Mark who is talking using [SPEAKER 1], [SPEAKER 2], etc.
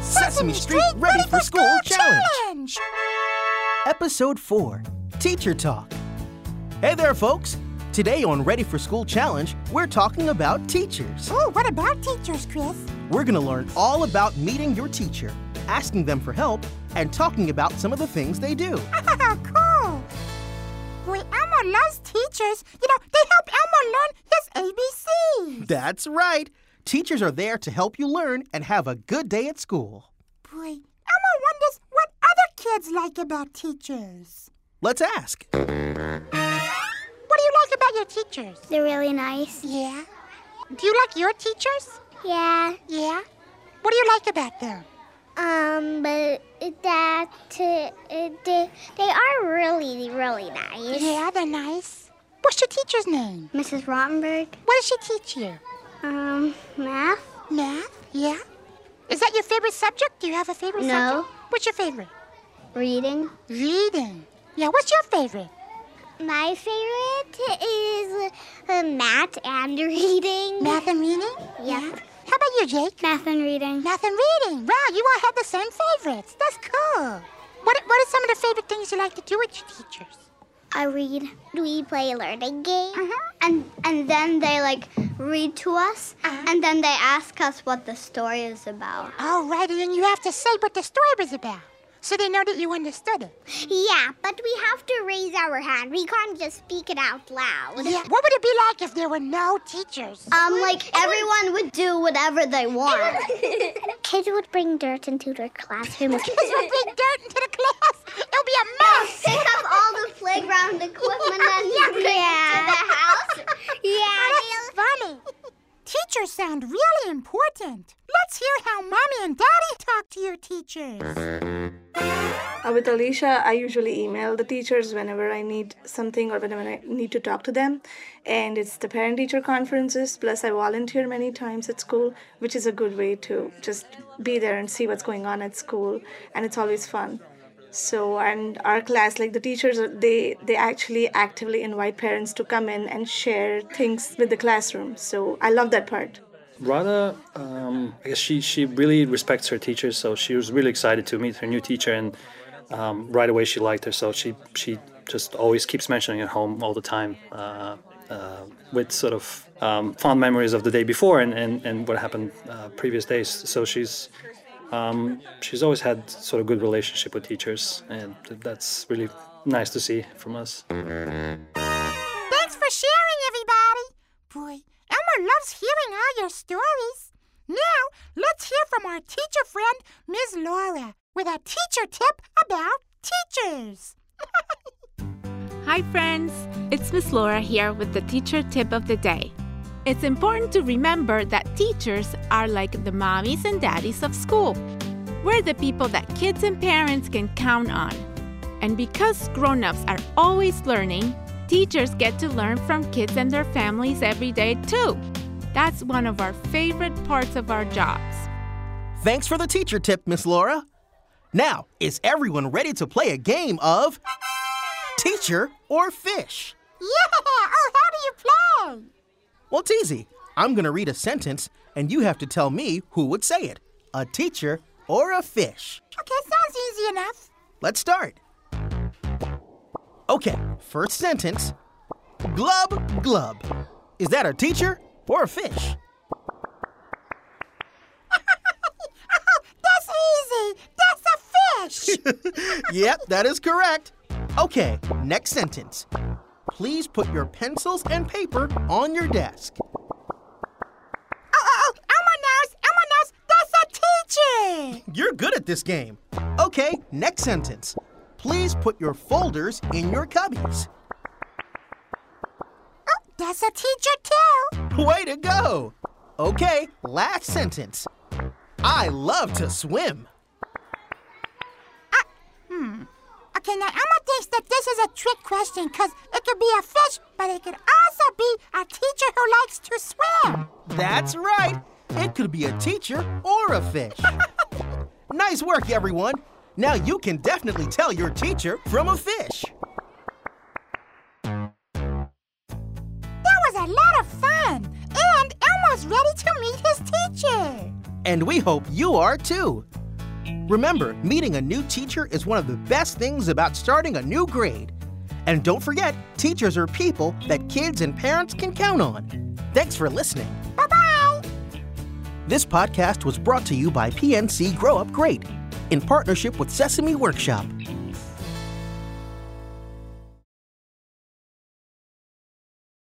[SPEAKER 1] Sesame Street Ready for School Challenge! Episode 4 Teacher Talk. Hey there, folks! Today on Ready for School Challenge, we're talking about teachers.
[SPEAKER 2] Oh, what about teachers, Chris?
[SPEAKER 1] We're going to learn all about meeting your teacher, asking them for help, and talking about some of the things they do.
[SPEAKER 2] cool! Boy, Elmo loves teachers. You know, they help Elmo learn his ABC.
[SPEAKER 1] That's right! Teachers are there to help you learn and have a good day at school.
[SPEAKER 2] Boy, Elmo wonders what other kids like about teachers.
[SPEAKER 1] Let's ask.
[SPEAKER 2] What do you like about your teachers?
[SPEAKER 3] They're really nice.
[SPEAKER 2] Yeah. Do you like your teachers?
[SPEAKER 3] Yeah.
[SPEAKER 2] Yeah. What do you like about them?
[SPEAKER 3] Um, but that uh, they, they are really, really nice.
[SPEAKER 2] Yeah, they're nice. What's your teacher's name?
[SPEAKER 3] Mrs. Rottenberg,
[SPEAKER 2] What does she teach you?
[SPEAKER 3] um, math,
[SPEAKER 2] Math? Yeah. Is that your favorite subject? Do you have a favorite
[SPEAKER 3] No.
[SPEAKER 2] subject? What's your favorite?
[SPEAKER 3] reading.
[SPEAKER 2] Reading. Yeah, what's your favorite?
[SPEAKER 3] My favorite is uh, math and reading.
[SPEAKER 2] Math and reading?
[SPEAKER 3] Yeah.
[SPEAKER 2] How about you, Jake?
[SPEAKER 3] Math and reading.
[SPEAKER 2] Math and reading. Wow, you all have the same favorites. That's cool. What, what are some of the favorite things you like to do with your teachers?
[SPEAKER 3] I read. We play a learning game, and and then they like read to us, and then they ask us what the story is about.
[SPEAKER 2] All right, and then you have to say what the story was about so they know that you understood it.
[SPEAKER 3] Yeah, but we have to raise our hand. We can't just speak it out loud.
[SPEAKER 2] Yeah. What would it be like if there were no teachers?
[SPEAKER 3] Um, like everyone would do whatever they want. Kids would bring dirt into their classroom.
[SPEAKER 2] Kids would bring dirt into the class. It would be a mess.
[SPEAKER 3] Pick up all the playground equipment and bring it to the house.
[SPEAKER 2] That's funny. Teachers sound really important. Let's hear how mommy and daddy talk to your teachers.
[SPEAKER 4] Uh, with Alicia, I usually email the teachers whenever I need something or whenever I need to talk to them. And it's the parent teacher conferences, plus, I volunteer many times at school, which is a good way to just be there and see what's going on at school. And it's always fun. So, and our class, like the teachers, they, they actually actively invite parents to come in and share things with the classroom. So, I love that part.
[SPEAKER 5] Rada, um, I guess she, she really respects her teachers, so she was really excited to meet her new teacher, and um, right away she liked her. So she she just always keeps mentioning at home all the time, uh, uh, with sort of um, fond memories of the day before and and, and what happened uh, previous days. So she's um, she's always had sort of good relationship with teachers, and th- that's really nice to see from us.
[SPEAKER 2] Thanks for sharing, everybody. Boy, Elmo loves hearing all your stories. Now, let's hear from our teacher friend, Ms. Laura, with a teacher tip about teachers.
[SPEAKER 6] Hi, friends! It's Miss Laura here with the teacher tip of the day. It's important to remember that teachers are like the mommies and daddies of school. We're the people that kids and parents can count on. And because grown ups are always learning, teachers get to learn from kids and their families every day, too. That's one of our favorite parts of our jobs.
[SPEAKER 1] Thanks for the teacher tip, Miss Laura. Now, is everyone ready to play a game of Teacher or Fish?
[SPEAKER 2] Yeah! Oh, how do you play?
[SPEAKER 1] Well, it's easy. I'm going to read a sentence, and you have to tell me who would say it a teacher or a fish.
[SPEAKER 2] Okay, sounds easy enough.
[SPEAKER 1] Let's start. Okay, first sentence Glub, glub. Is that a teacher or a fish?
[SPEAKER 2] Oh, that's easy. That's a fish.
[SPEAKER 1] yep, that is correct. Okay, next sentence. Please put your pencils and paper on your desk.
[SPEAKER 2] oh, oh, oh, Elmo knows. Elmo knows. That's a teacher.
[SPEAKER 1] You're good at this game. Okay, next sentence. Please put your folders in your cubbies.
[SPEAKER 2] Oh, that's a teacher too.
[SPEAKER 1] Way to go! Okay, last sentence. I love to swim.
[SPEAKER 2] Okay, now Elmo thinks that this is a trick question because it could be a fish, but it could also be a teacher who likes to swim.
[SPEAKER 1] That's right. It could be a teacher or a fish. nice work, everyone. Now you can definitely tell your teacher from a fish.
[SPEAKER 2] That was a lot of fun. And Elmo's ready to meet his teacher.
[SPEAKER 1] And we hope you are too. Remember, meeting a new teacher is one of the best things about starting a new grade. And don't forget, teachers are people that kids and parents can count on. Thanks for listening.
[SPEAKER 2] Bye bye.
[SPEAKER 1] This podcast was brought to you by PNC Grow Up Great in partnership with Sesame Workshop.